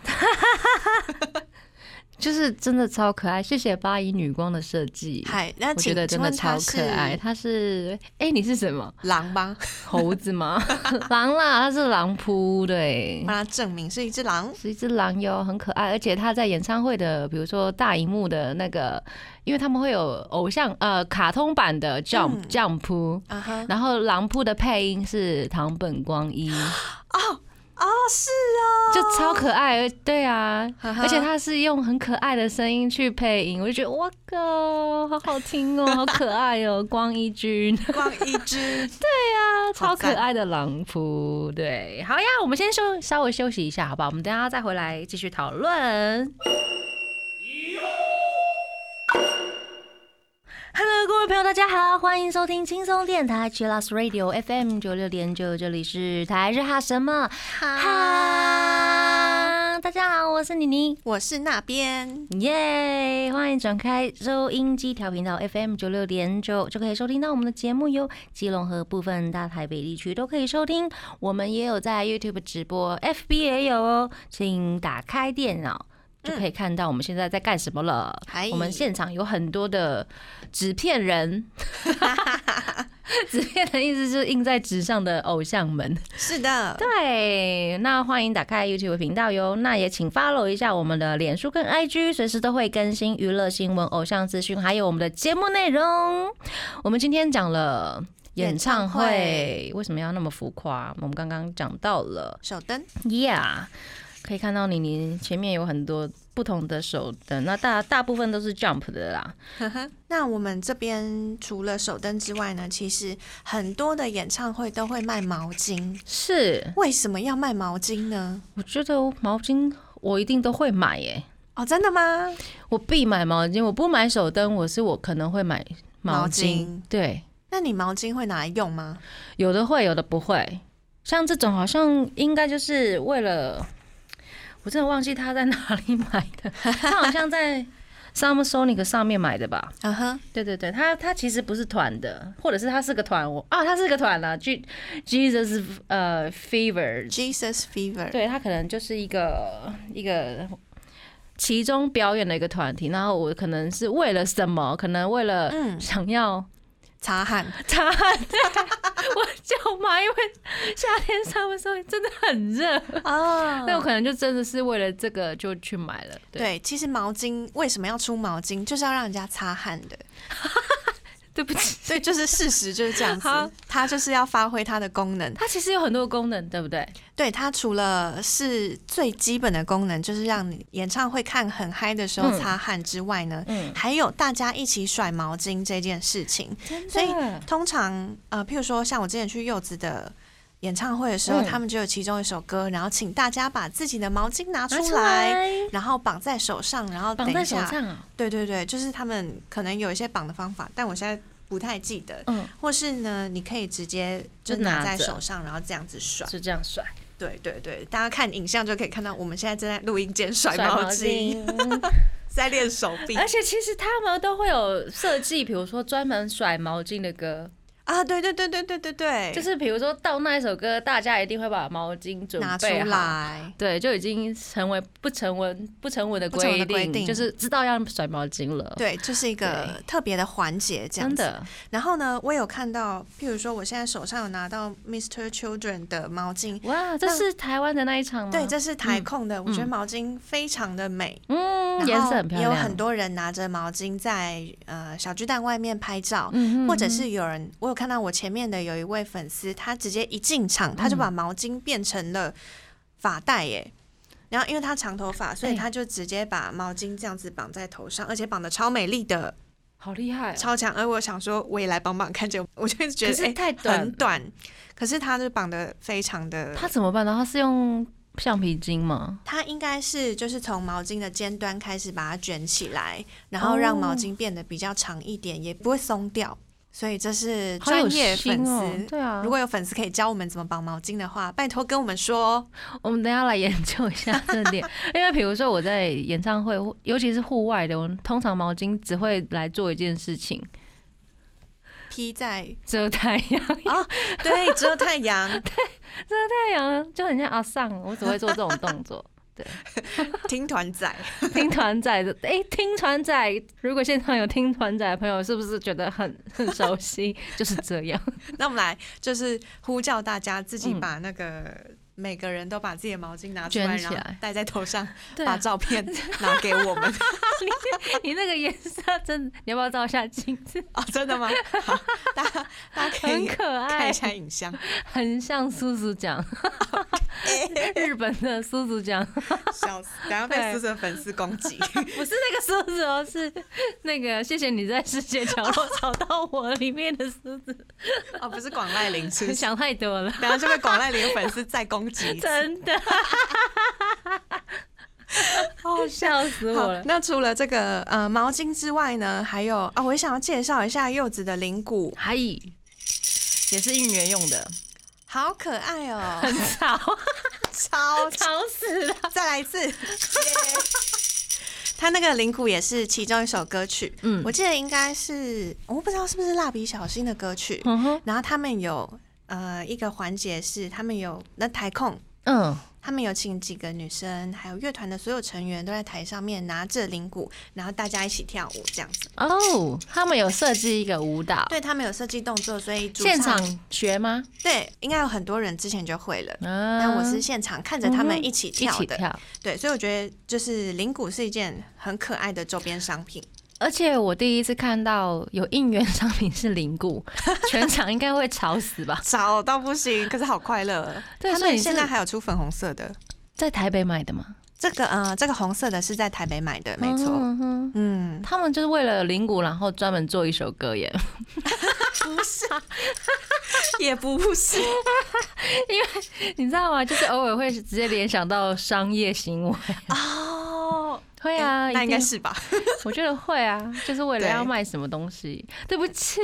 就是真的超可爱，谢谢八一女光的设计，
嗨，那
我
请
觉得真的超可爱。
请问
它是，哎、你是什么
它是狼吗？
猴子吗？ 狼啦，它是狼扑，对
帮，他证明是一只狼。哦
是一只狼哟，很可爱。而且它在演唱会的，比如说大荧幕的那个，因为他们会有偶像呃卡通版的 Jump、
嗯
Jump，
啊哈！
然后狼扑的配音是唐本光 一，
哦，是啊，
就超可爱。对啊，
哈哈
而且他是用很可爱的声音去配音，我就觉得哇靠，好好听哦，好可爱哦，光一君
光一 只，
啊，超
好
可
赞
爱的狼扑，对，好呀，我们先休稍微休息一下，好不好？我们等一下再回来继续讨论。
Hello，各位朋友，大家好，欢迎收听轻松电台 Chillus Radio FM 九六点九，这里是台日哈什么哈。大家好，我是妮妮，
我是那边，
耶、欢迎转开收音机调频道 FM 九六点九，就可以收听到我们的节目哟。基隆和部分大台北地区都可以收听，我们也有在 YouTube 直播，FB 也有哦，请打开电脑。就可以看到我们现在在干什么了。
嗨
我们现场有很多的纸片人，纸片的意思就是印在纸上的偶像们。
是的，
对，那欢迎打开 YouTube 频道哟。那也请 follow 一下我们的脸书跟 IG，随时都会更新娱乐新闻、偶像资讯，还有我们的节目内容。我们今天讲了。演
演
唱
唱会
会为什么要那么浮夸？我们刚刚讲到了
手灯，
，Yeah，可以看到你你前面有很多不同的手灯，那大大部分都是 Jump 的啦。
呵呵。那我们这边除了手灯之外呢，其实很多的演唱会都会卖毛巾。
是，
为什么要卖毛巾呢？
我觉得毛巾我一定都会买耶、
哦，真的吗？
我必买毛巾，我不买手灯，我是我可能会买毛巾。
毛巾
对，
那你毛巾会拿来用吗？
有的会，有的不会。像这种好像应该就是为了，我真的忘记他在哪里买的，他好像在
Summer Sonic 上面买的吧？
嗯哼，
对对对，它它其实不是团的，或者是它是个团，我啊，它是个团啦、G Jesus 呃 Fever，
Jesus Fever，
对他可能就是一个一个其中表演的一个团体，然后我可能是为了什么？可能为了
嗯
想要
擦汗，
擦汗，对我就买，因为夏天上的时候真的很热，
哦
那我可能就真的是为了这个就去买了。对，
对，其实毛巾为什么要出毛巾，就是要让人家擦汗的，
对不起，
所以就是事实就是这样
好
子，它就是要发挥它的功能。
它其实有很多功能，对不对？
对，它除了是最基本的功能，就是让你演唱会看很嗨的时候
嗯
擦汗之外呢，
嗯，
还有大家一起甩毛巾这件事情。
真
所以
的，
通常呃，譬如说像我之前去柚子的演唱会的时候，
嗯
他们就有其中一首歌，然后请大家把自己的毛巾拿
拿
出
出
来。
来
然后绑在手上，然后等
绑
一下
在手上啊，
对对对，就是他们可能有一些绑的方法，但我现在不太记得。
嗯，
或是呢，你可以直接就
就拿
拿在
着
手上，然后这样子甩。
就这样甩
对对对，大家看影像就可以看到，我们现在正在录音间甩
甩
毛
毛
巾，
巾。
在练手臂
而且其实他们都会有设计，比如说专门甩毛巾的歌，
啊！对对对对对对对，
就是比如说到那一首歌，大家一定会把毛巾准
拿出
备好。
来。
对，就已经成为不成文、不成文的
不成文
规
的规
定，
定
就是知道要甩毛巾了。，
对，这是一个特别的环节，这样
真
子。
的，
然后呢，我有看到，譬如说，我现在手上有拿到 Mr. Children 的毛巾，
哇，这
那
是台湾的那一场吗？
对，这是台控的，我觉得
嗯嗯
毛巾非常的美，
嗯，颜
然后
色很漂亮，
也有很，多人拿着毛巾在呃小巨蛋外面拍照，
嗯
或者是有人，我有看到我前面的有一位粉丝，他直接一进场，他就
嗯
把毛巾变成了发带耶。然后，因为他长头发，所以
哎
他就直接把毛巾这样子绑在头上，而且绑的超美丽的，
好厉害哦，
超强。而我想说，我也来绑绑看，结果我就一直觉
可
得
是
哎
太
很
短，
短，可是他就绑的非常的，
他怎么办呢？他是用橡皮筋吗？
它应该是就是从毛巾的尖端开始把它卷起来，然后让毛巾变得比较长一点，也不会松掉。所以这是
好有
专业粉
心
丝。
哦，对啊
如，果有粉丝可以教我们怎么绑毛巾的话，拜托跟我们说哦。
我们等一下来研究一下这 点，因为比如说我在演唱会，尤其是户外的，我通常毛巾只会来做一件事情，
披在
遮太阳。
对遮太阳，
太阳啊就很像阿尚，我只会做这种动作。
听团仔
听团仔的，哎、听团仔，如果现场有听团仔的朋友，是不是觉得很很熟悉？ 就是这样，
那我们来就是呼叫大家自己把那个、每个人都把自己的毛巾拿出来，
嗯卷起
然
来
后戴在头上，
对啊
把照片 拿给我们。
你那个颜色真的，你要不要照一下镜子？
哦，真的吗？好，大家大家可
很
以
可
看
爱
一，下 影像。
很像苏苏酱， 日本的苏苏酱。
笑死，等下
对
被思思的粉丝攻击。
不是那个狮子哦，是那个谢谢你在世界角落找到我里面的狮子，
哦，不是广濑铃，是不是？
想太多了，
等下就被广濑铃的粉丝再攻击一 次。
真的，
好
笑死我
好
了，。
那除了这个呃毛巾之外呢，还有啊、我也想要介绍一下柚子的灵骨，
还也是应援用的，
好可爱哦，
很吵，
超
吵死了。
再来 一次。他那个灵骨也是其中一首歌曲，
嗯
我记得应该是我不知道是不是蜡笔小新的歌曲，
嗯哼，
然后他们有呃一个环节是他们有那台控
嗯，
他们有请几个女生，还有乐团的所有成员都在台上面拿着铃鼓，然后大家一起跳舞这样子。
哦，他们有设计一个舞蹈，
对他们有设计动作，所以主唱
现场学吗？
对应该有很多人之前就会了。
啊
但我是现场看着他
嗯哼
们一起
一
跳
起
的，
跳，
对，所以我觉得就是铃鼓是一件很可爱的周边商品。
而且我第一次看到有应援商品是凝 固，全场应该会吵死吧？
少到不行，可是好快乐。哦
对
他
所以
们
你是
现在还有出粉红色的，
在台北买的吗？
这个呃，这个红色的是在台北买的，没错。
嗯哼
嗯，
他们就是为了灵骨，然后专门做一首歌 耶，
不是，也不是，
你知道吗？就是偶尔会直接联想到商业行为，
哦，
会啊，
诶那
一
应
定
该是吧？
我觉得会啊，就是为了
对
要卖什么东西。对不起，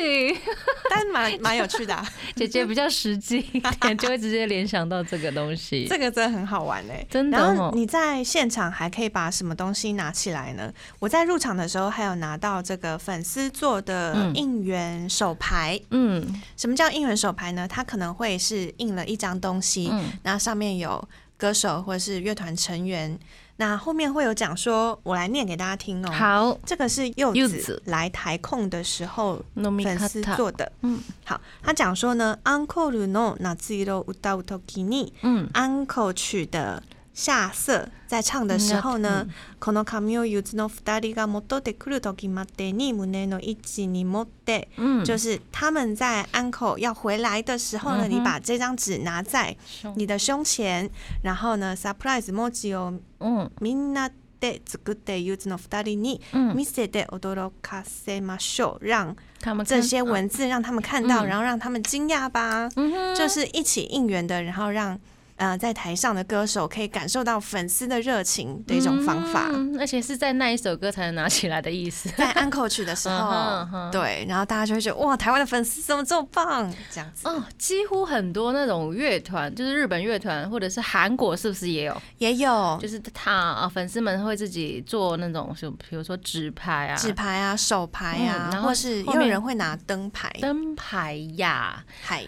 但蛮蛮有趣的、 啊，
姐姐比较实际一点，就会直接联想到这个东西。
这个真的很好玩哎、
真的
然
哦
后你在现场还可以把什么东西拿起来呢？我在入场的时候还有拿到这个粉丝做的
嗯
应援手牌。
嗯
什么叫应援手牌呢？它可能会是印了一张东西，
嗯
那上面有歌手或是乐团成员，那后面会有讲说，我来念给大家听哦。，
好，
这个是柚
柚
子
子
来台控的时候
糯米
粉
卡
丝
塔，
做的。
嗯
好，他讲说呢，uncle no n a z i r o uta u t o k i ni
嗯，
uncle 曲的下色，在唱的时候呢，こ
嗯
の髪をゆずの二人が戻ってくる時までに胸の位置に持って。
嗯，
就是是他们在 uncle 要回来的时候呢，
嗯哼
你把这张纸拿在你的胸前，然后呢，surprise emoji を
嗯
みんなで作ってゆずの二人に
嗯，
見せて驚かせましょう，让
他们
这
看
些，文字让他们看到，
嗯
然后让他们惊讶吧，
嗯哼，
就是一起应援的，然后让呃在台上的歌手可以感受到粉丝的热情的一种方法。
嗯而且是在那一首歌才能拿起来的意 思。
在 uncle 曲的 时
嗯哼嗯
候，
哼
对，然后大家就会觉得哇，台湾的粉丝怎么这么棒？这样子
哦，几乎很多那种乐团，就是日本乐团或者是韩国，是不是也有？
也有
就是他啊，粉丝们会自己做那种，就比如说纸牌啊、
纸牌啊、手牌啊
嗯，然后
或是也
后
有
面
人会拿灯牌，
灯牌呀，
嗨，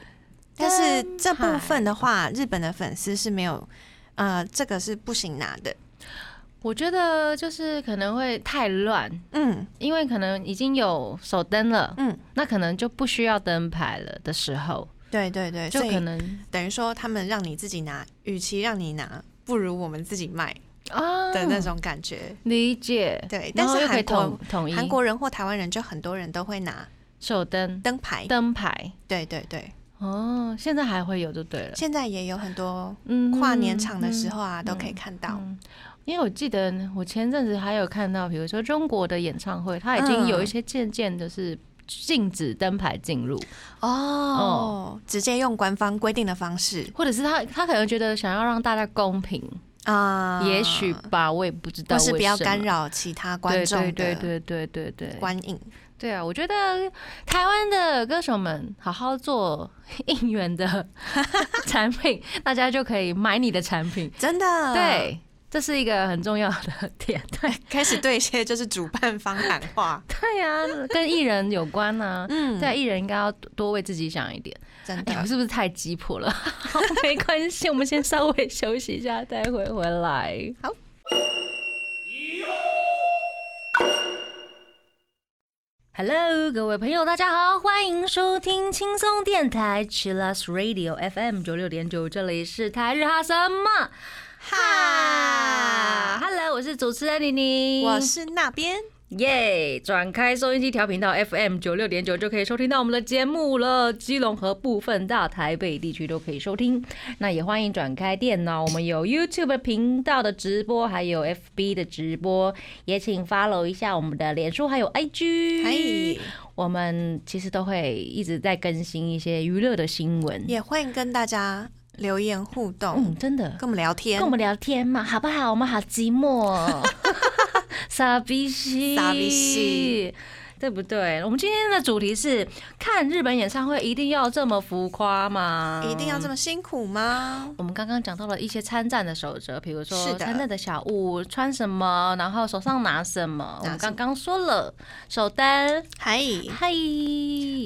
但是这部
牌
分的话，日本的粉丝是没有，呃，这个是不行拿的。
我觉得就是可能会太乱，
嗯
因为可能已经有手灯了，
嗯，
那可能就不需要灯牌了的时候，
对对对，
就
所
可
以
能
等于说他们让你自己拿，与其让你拿，不如我们自己卖
啊
的那种感觉。
理解。
对，
嗯然
但
后
是
又可以
韩
统
国
统一
韩国人或台湾人就很多人都会拿
手灯
灯牌。
灯牌
对对对，
哦，现在还会有就对了。
现在也有很多
嗯
跨年场的时
候。
候啊，都可以看到。
嗯，因为我记得我前阵子还有看到，比如说中国的演唱会，它已
嗯
经有一些渐渐的是禁止灯牌进入，
哦，直接用官方规定的方式
或者是他他可能觉得想要让大家公平，
啊，
也许吧，我也不知道
或
为什
是
么，
不要干扰其他观众
对
的
对对对对对
观影。
对啊！我觉得台湾的歌手们好好做 应援的产品，大家就可以买你的产品。
真的，，
对，这是一个很重要的 点。对
开始对一些就是主办方喊话，
对啊，跟艺人有关啊。
嗯，
对啊，艺人应该要多多为自己想一点。
真
哎， 我
的，
是不是太急迫 了？好没关系，我们先稍微休息一下，待会回来。
好。
Hello，各位朋友，大家好，欢迎收听轻松电台 Chillas Radio FM 九六点九，这里是台日哈什么哈？Hello，我是主持人妮妮，
我是那边，
耶！转开收音机调频道 FM 九六点九，就可以收听到我们的节目了。基隆和部分大台北地区都可以收听。那也欢迎转开电脑，我们有 YouTube 频道的直播，还有 FB 的直播，也请 follow 一下我们的脸书还有 IG。
嘿，
我们其实都会一直在更新一些娱乐的新闻。
也欢迎跟大家留言互动，
嗯，真的
跟我们聊天
跟我，们聊天嘛，好不好？我们好寂寞、 哦，傻逼西，
傻逼西，
对不对？我们今天的主题是看日本演唱会一定要这么浮夸吗？
一定要这么辛苦吗？
我们刚刚讲到了一些参战的守则，比如
是
说
的
参战的小物穿什么，然后手上拿什么。我
拿
们
什么
刚刚说了手灯，
嘿。
嗨，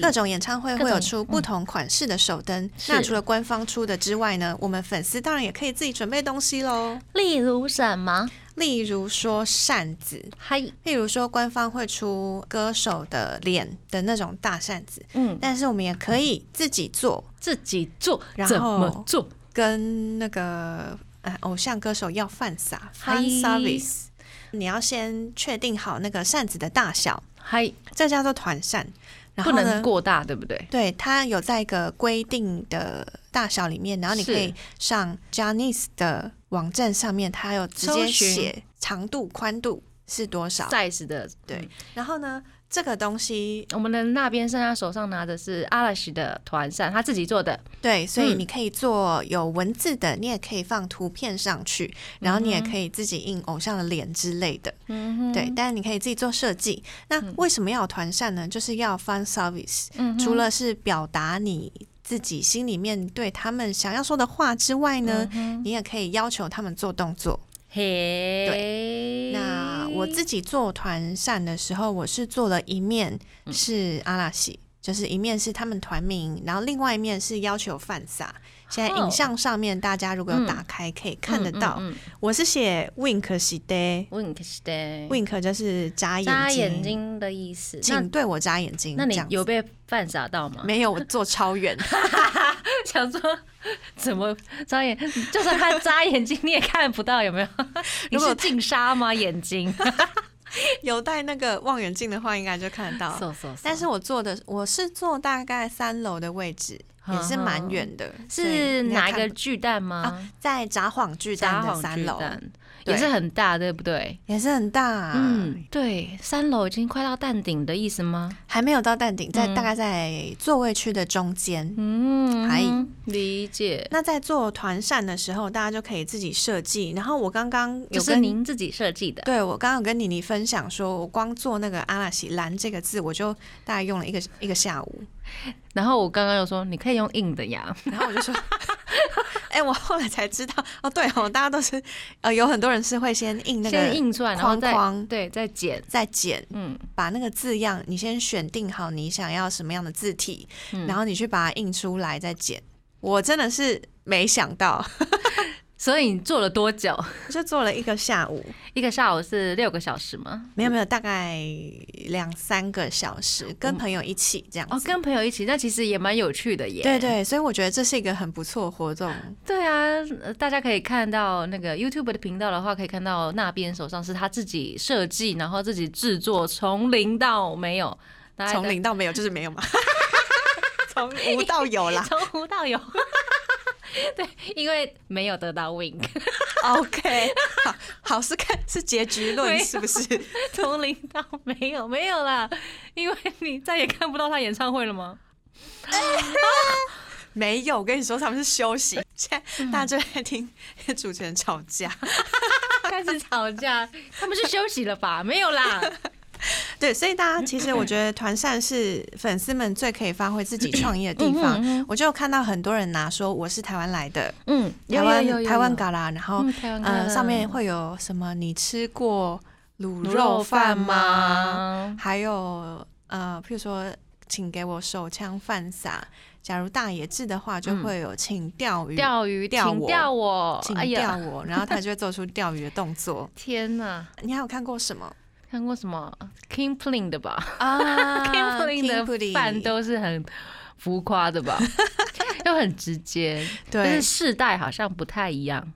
各种演唱会
各
会
种嗯
有出不同款式的手灯，
是
那除了官方出的之外呢，我们粉丝当然也可以自己准备东西喽。
例如什么？
例如说扇子，
嗨，
例如说官方会出歌手的脸的那种大扇子，
嗯，
但是我们也可以自己做，
自己做，
然
怎
后
么做？
跟那个呃偶像歌手要饭撒
嗨
fan service。你要先确定好那个扇子的大小，
嗨，
这叫做团扇。然
不
后
能
呢，
过大，对不对？
对它有在一个规定的大小里面，然后你
是
可以上 Janice 的网站上面，它有直接
搜寻
写长度、宽度、是多少？
size 的。
对，然后呢，这个东西
我们的那边剩他手上拿的是阿拉西的团扇，他自己做的。
对，所以
嗯
你可以做有文字的，你也可以放图片上去，然后你也可以自己印偶像的脸之类的。
嗯哼
对，，但你可以自己做设计。那为什么要有团扇呢？就是要 fun service，、
嗯哼
除了是表达你自己心里面对他们想要说的话之外呢，
嗯
你也可以要求他们做动作。
嘿，对
那我自己做团扇的时候，我是做了一面
嗯
是阿拉西，就是一面是他们团名，然后另外一面是要求犯撒。现在影像上面大家如果有打开可以看得到，
哦嗯嗯
我是写 wink 喜 day。
嗯，wink 是的，
wink 就是眨眼睛，
眨眼睛的意思。那
请对我眨眼睛。
那
这
你
样子
有被犯傻到吗？
没有？我坐超 远，
想说怎么眨眼，就算他眨眼睛你也看不到，有 没有？你
如果
是进沙吗？眼 睛
有带那个望远镜的话，应该就看得到。
嗖嗖嗖
但是我坐的我是坐大概三楼的位置，也是蛮远的。所以
哦是
你要
哪一
看
个
不？
巨蛋吗
啊？在札幌巨
札
蛋的
幌
三
巨
楼，
蛋
对
也是很大，对不对？
也是很大、啊
嗯，对，三楼已经快到蛋顶的意思吗？
还没有到蛋顶，在
嗯
大概在座位区的中间。
嗯，
还
理解。
那在做团扇的时候，大家就可以自己设计。然后我刚刚
就
有
是
跟
您自己设计的，
对，我刚刚有跟妮妮分享说，我光做那个阿拉西兰这个字，我就大概用了一个一个下午。
然后我刚刚又说你可以用硬的呀，
然后我就说， 哎、我后来才知道，哦，对哦，大家都是呃，有很多人是会先印 那
先
个
印出来，然后再
框框
对再剪，
再剪，
嗯，
把那个字样你先选定好你想要什么样的字体，
嗯
然后你去把它印出来再剪。我真的是没想到，
所以你做了多久？
就做了一个下午，
一个下午是六个小时吗？
没有没有，大概两三个小时，跟朋友一起这样
哦，
子。
跟朋友一起，那其实也蛮有趣的耶。
对对，所以我觉得这是一个很不错的活动。
对啊，呃大家可以看到那个 YouTube 的频道的话，可以看到那边手上是他自己设计，然后自己制作，从零到没有，大概
从零到没有就是没有嘛， 从无到有 啦。
从无到有。对，因为没有得到 win，
OK，好，好是看是结局
没
论
有
是不是？
从零到没有，没有啦，因为你再也看不到他演唱会了吗？
没有，我跟你说他们是 休息，现在
嗯
大家就在听 主持人吵架。
开始吵架，他们是休息了吧？没有啦，
对，所以大家其实我觉得团扇是粉丝们最可以发挥自己创意的地方。我就有看到很多人拿说我是台湾来的，
嗯，
台
有有有
湾
有
台湾
有
嘎啦，然后
嗯台湾嘎啦
呃上面会有什么你吃过卤
卤
肉
肉
饭
饭
吗？
吗？
还有呃，譬如说，请给我手枪犯傻。假如大野智的话，就会有请钓
嗯
鱼，
钓鱼，
钓
请
我
钓我！
请
哎
钓
呀，。
我，然后他就会做出钓鱼的动作
天哪！
你还有看过什么
看过什么 King Plin 的吧、
啊
k i n g Plin 的饭都是很浮夸的吧， 又很直接，但
对
是。世代好像不太一样。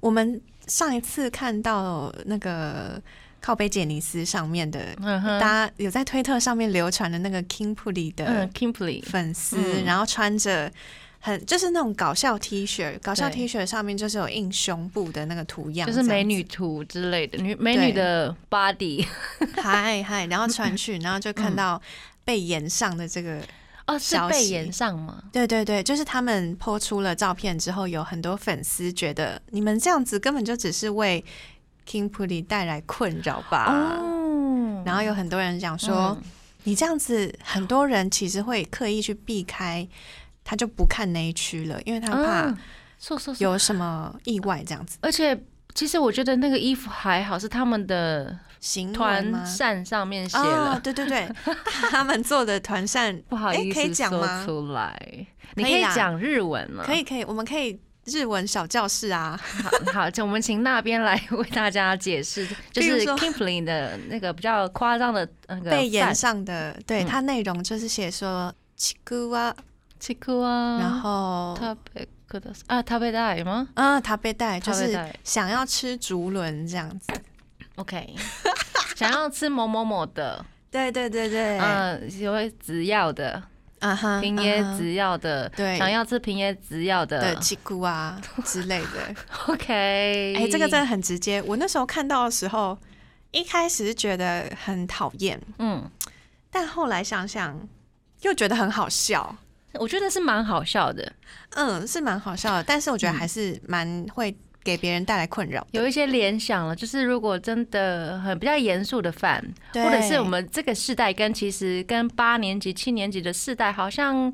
我们上一次看到那个靠背杰尼斯上面的，
嗯哼，
大家有在推特上面流传的那个 King p u l i 的
嗯 King Plin，
粉丝，
嗯
然后穿着很就是那种搞笑 T 恤，搞笑
对
T 恤上面就是有印胸部的那个图样，
就是
这样
美
子
女图之类的，女美女的 body
嗨嗨，然后传去，然后就看到被延上的这个，
哦，是
消息
被演上吗？
对对对，就是他们抛出了照片之后，有很多粉丝觉得你们这样子根本就只是为 King p u l i 带来困扰
哦
吧。
嗯
然后有很多人讲说，你这样子，很多人其实会刻意去避开，他就不看那一区了，因为他怕
嗯，说说说，
有什么意外这样子。
而且其实我觉得那个衣服还好，是他们的
行为吗
团？扇上面写
哦
了，。嗯
对对 对，他们做的团扇
不好意
诶可以
思
讲吗
说出来，
哎
你
可以
可以
啦
讲日文了。
可以可以，我们可以日文小教室啊。
好，好，就我们请那边来为大家解 释，就
比如
是
说
Kipling 的那个比较夸张的那个
被延
饭
上的，对
嗯
它内容就是写说奇姑啊，
チクワ
然后
食べください啊，食べたい吗
嗯，塔贝带就
食べ
是
たい
想要吃竹轮这样子。
？OK，想 要吃某某某的，
对对对对，啊
嗯，有会只要的
哈，
平
椰
野
子
只要的，
嗯对
想要吃平野只要
的
的
奇姑啊之类的。
，OK，
哎哎，这个真的很直接。我那时候看到的时候，一开始是觉得很讨厌，
嗯，
但后来想想又觉得很好笑。
我觉得是蛮好笑的，
嗯，是蛮好笑的，但是我觉
嗯
得还是蛮会给别人带来困扰。
有一些联想了，就是如果真的很比较严肃的饭，
对
或者是我们这个世代跟其实跟八年级、七年级的世代好像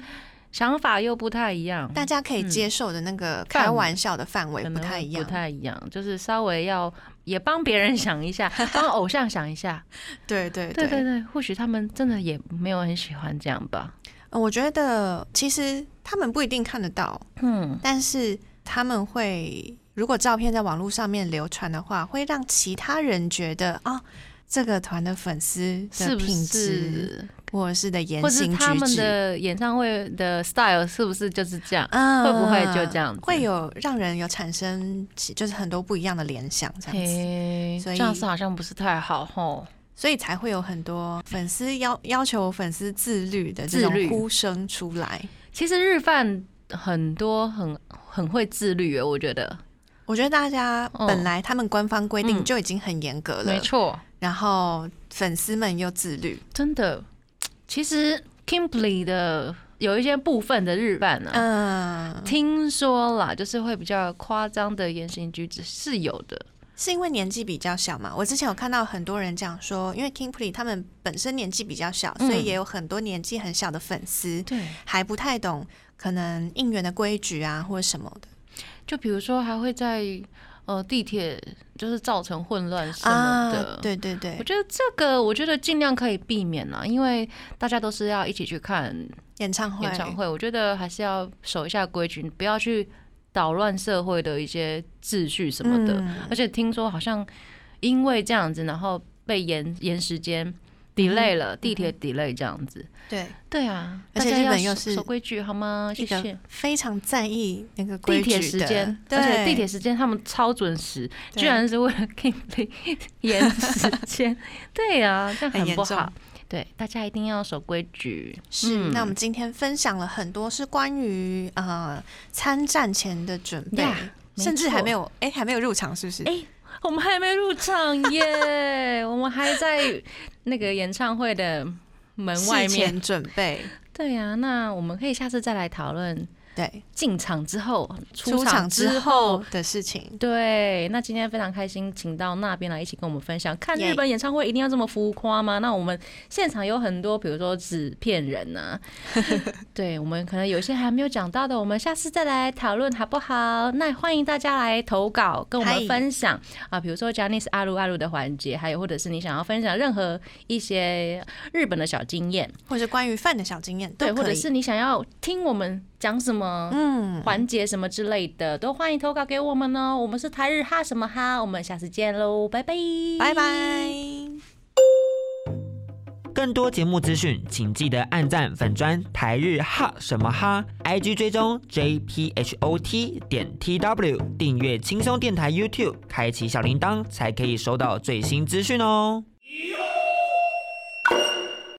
想法又不太一样，
大家可以接受的那个开玩笑的范围
嗯可
不
能
太一样
不。太一样，就是稍微要也帮别人想一下，帮偶像想一下，
对对
对
对
对对，或许他们真的也没有很喜欢这样吧，
呃我觉得其实他们不一定看得到，
嗯，
但是他们会如果照片在网络上面流传的话，会让其他人觉得啊、这个团的粉丝
是
的
不
品质
是？
或者是的言
或者是
行
他
举
们
止。
的演唱会的 style 是不是就是这样？
嗯
会不会就这样子
会有让人有产生起就是很多不一样的联想，这样 子，
嘿，
所
这
以
样子好像不是太好吼。
所以才会有很多粉丝要要求粉丝自律的这
自律
种呼声出来。
其实日饭很多很很会自律耶，我觉得
我觉得大家
哦
本来他们官方规定
嗯
就已经很严格了，
没错，
然后粉丝们又自律，
真的。其实 Kimberly 的有一些部分的日饭呢、
嗯，
听说啦，就是会比较夸张的言行举止是有的，
是因为年纪比较小嘛？我之前有看到很多人讲说，因为 King Play 他们本身年纪比较小，
嗯
所以也有很多年纪很小的粉丝
对。
还不太懂可能应援的规矩啊或者什么的
就比如说还会在呃地铁就是造成混乱什么的，
对对对
我，觉得这个，我觉得尽量可以避免啦，因为大家都是要一起去看
演唱会
演唱会，我觉得还是要守一下规矩，不要去捣乱社会的一些秩序什么的。
嗯
而且听说好像因为这样子，然后被延延时
嗯
间 delay 了，地铁 delay 这样子。
对，
对啊，
嗯而且
大家
日本
要
又
守
是
守规矩好吗？谢
一个
谢。
非常在意那个
地
规矩
铁
的
时间，
对
而且地铁时间他们超准时，
对
居然是为了 King 延时间，对啊，这样
很
很
严
不
重
好。对，大家一定要守规矩。
是。
嗯
那我们今天分享了很多是关于呃参战前的准备
Yeah，没
甚至还
错
没有哎、还没有入场，是不是？
哎我们还没入场 耶，我们还在那个演唱会的门外
事
面。
前准备，
对啊，那我们可以下次再来讨论
对，
进场之后、
出
场
场
之
之后。的事情。
对，那今天非常开心，请到那边来一起跟我们分享，看
耶
日本演唱会一定要这么浮夸吗？那我们现场有很多，比如说纸片人 呐、对我们可能有一些还没有讲到的，我们下次再来讨论好不好？那欢迎大家来投稿，跟我
嗨
们分享啊，比如说 j a n i c e 阿鲁阿鲁的环节，还有或者是你想要分享任何一些日本的小经验，
或者关于饭的小经验都
对，
可以，
或者是你想要听我们讲什么，
嗯，
环节什么之类的，都欢迎投稿给我们哦。我们是台日哈什么哈，我们下次见喽，拜拜，
拜拜。
更多节目资讯，请记得按赞粉砖台日哈什么哈，IG 追踪 JPHOT 点 TW，订阅轻松电台 YouTube，开启小铃铛才可以收到最新资讯哦。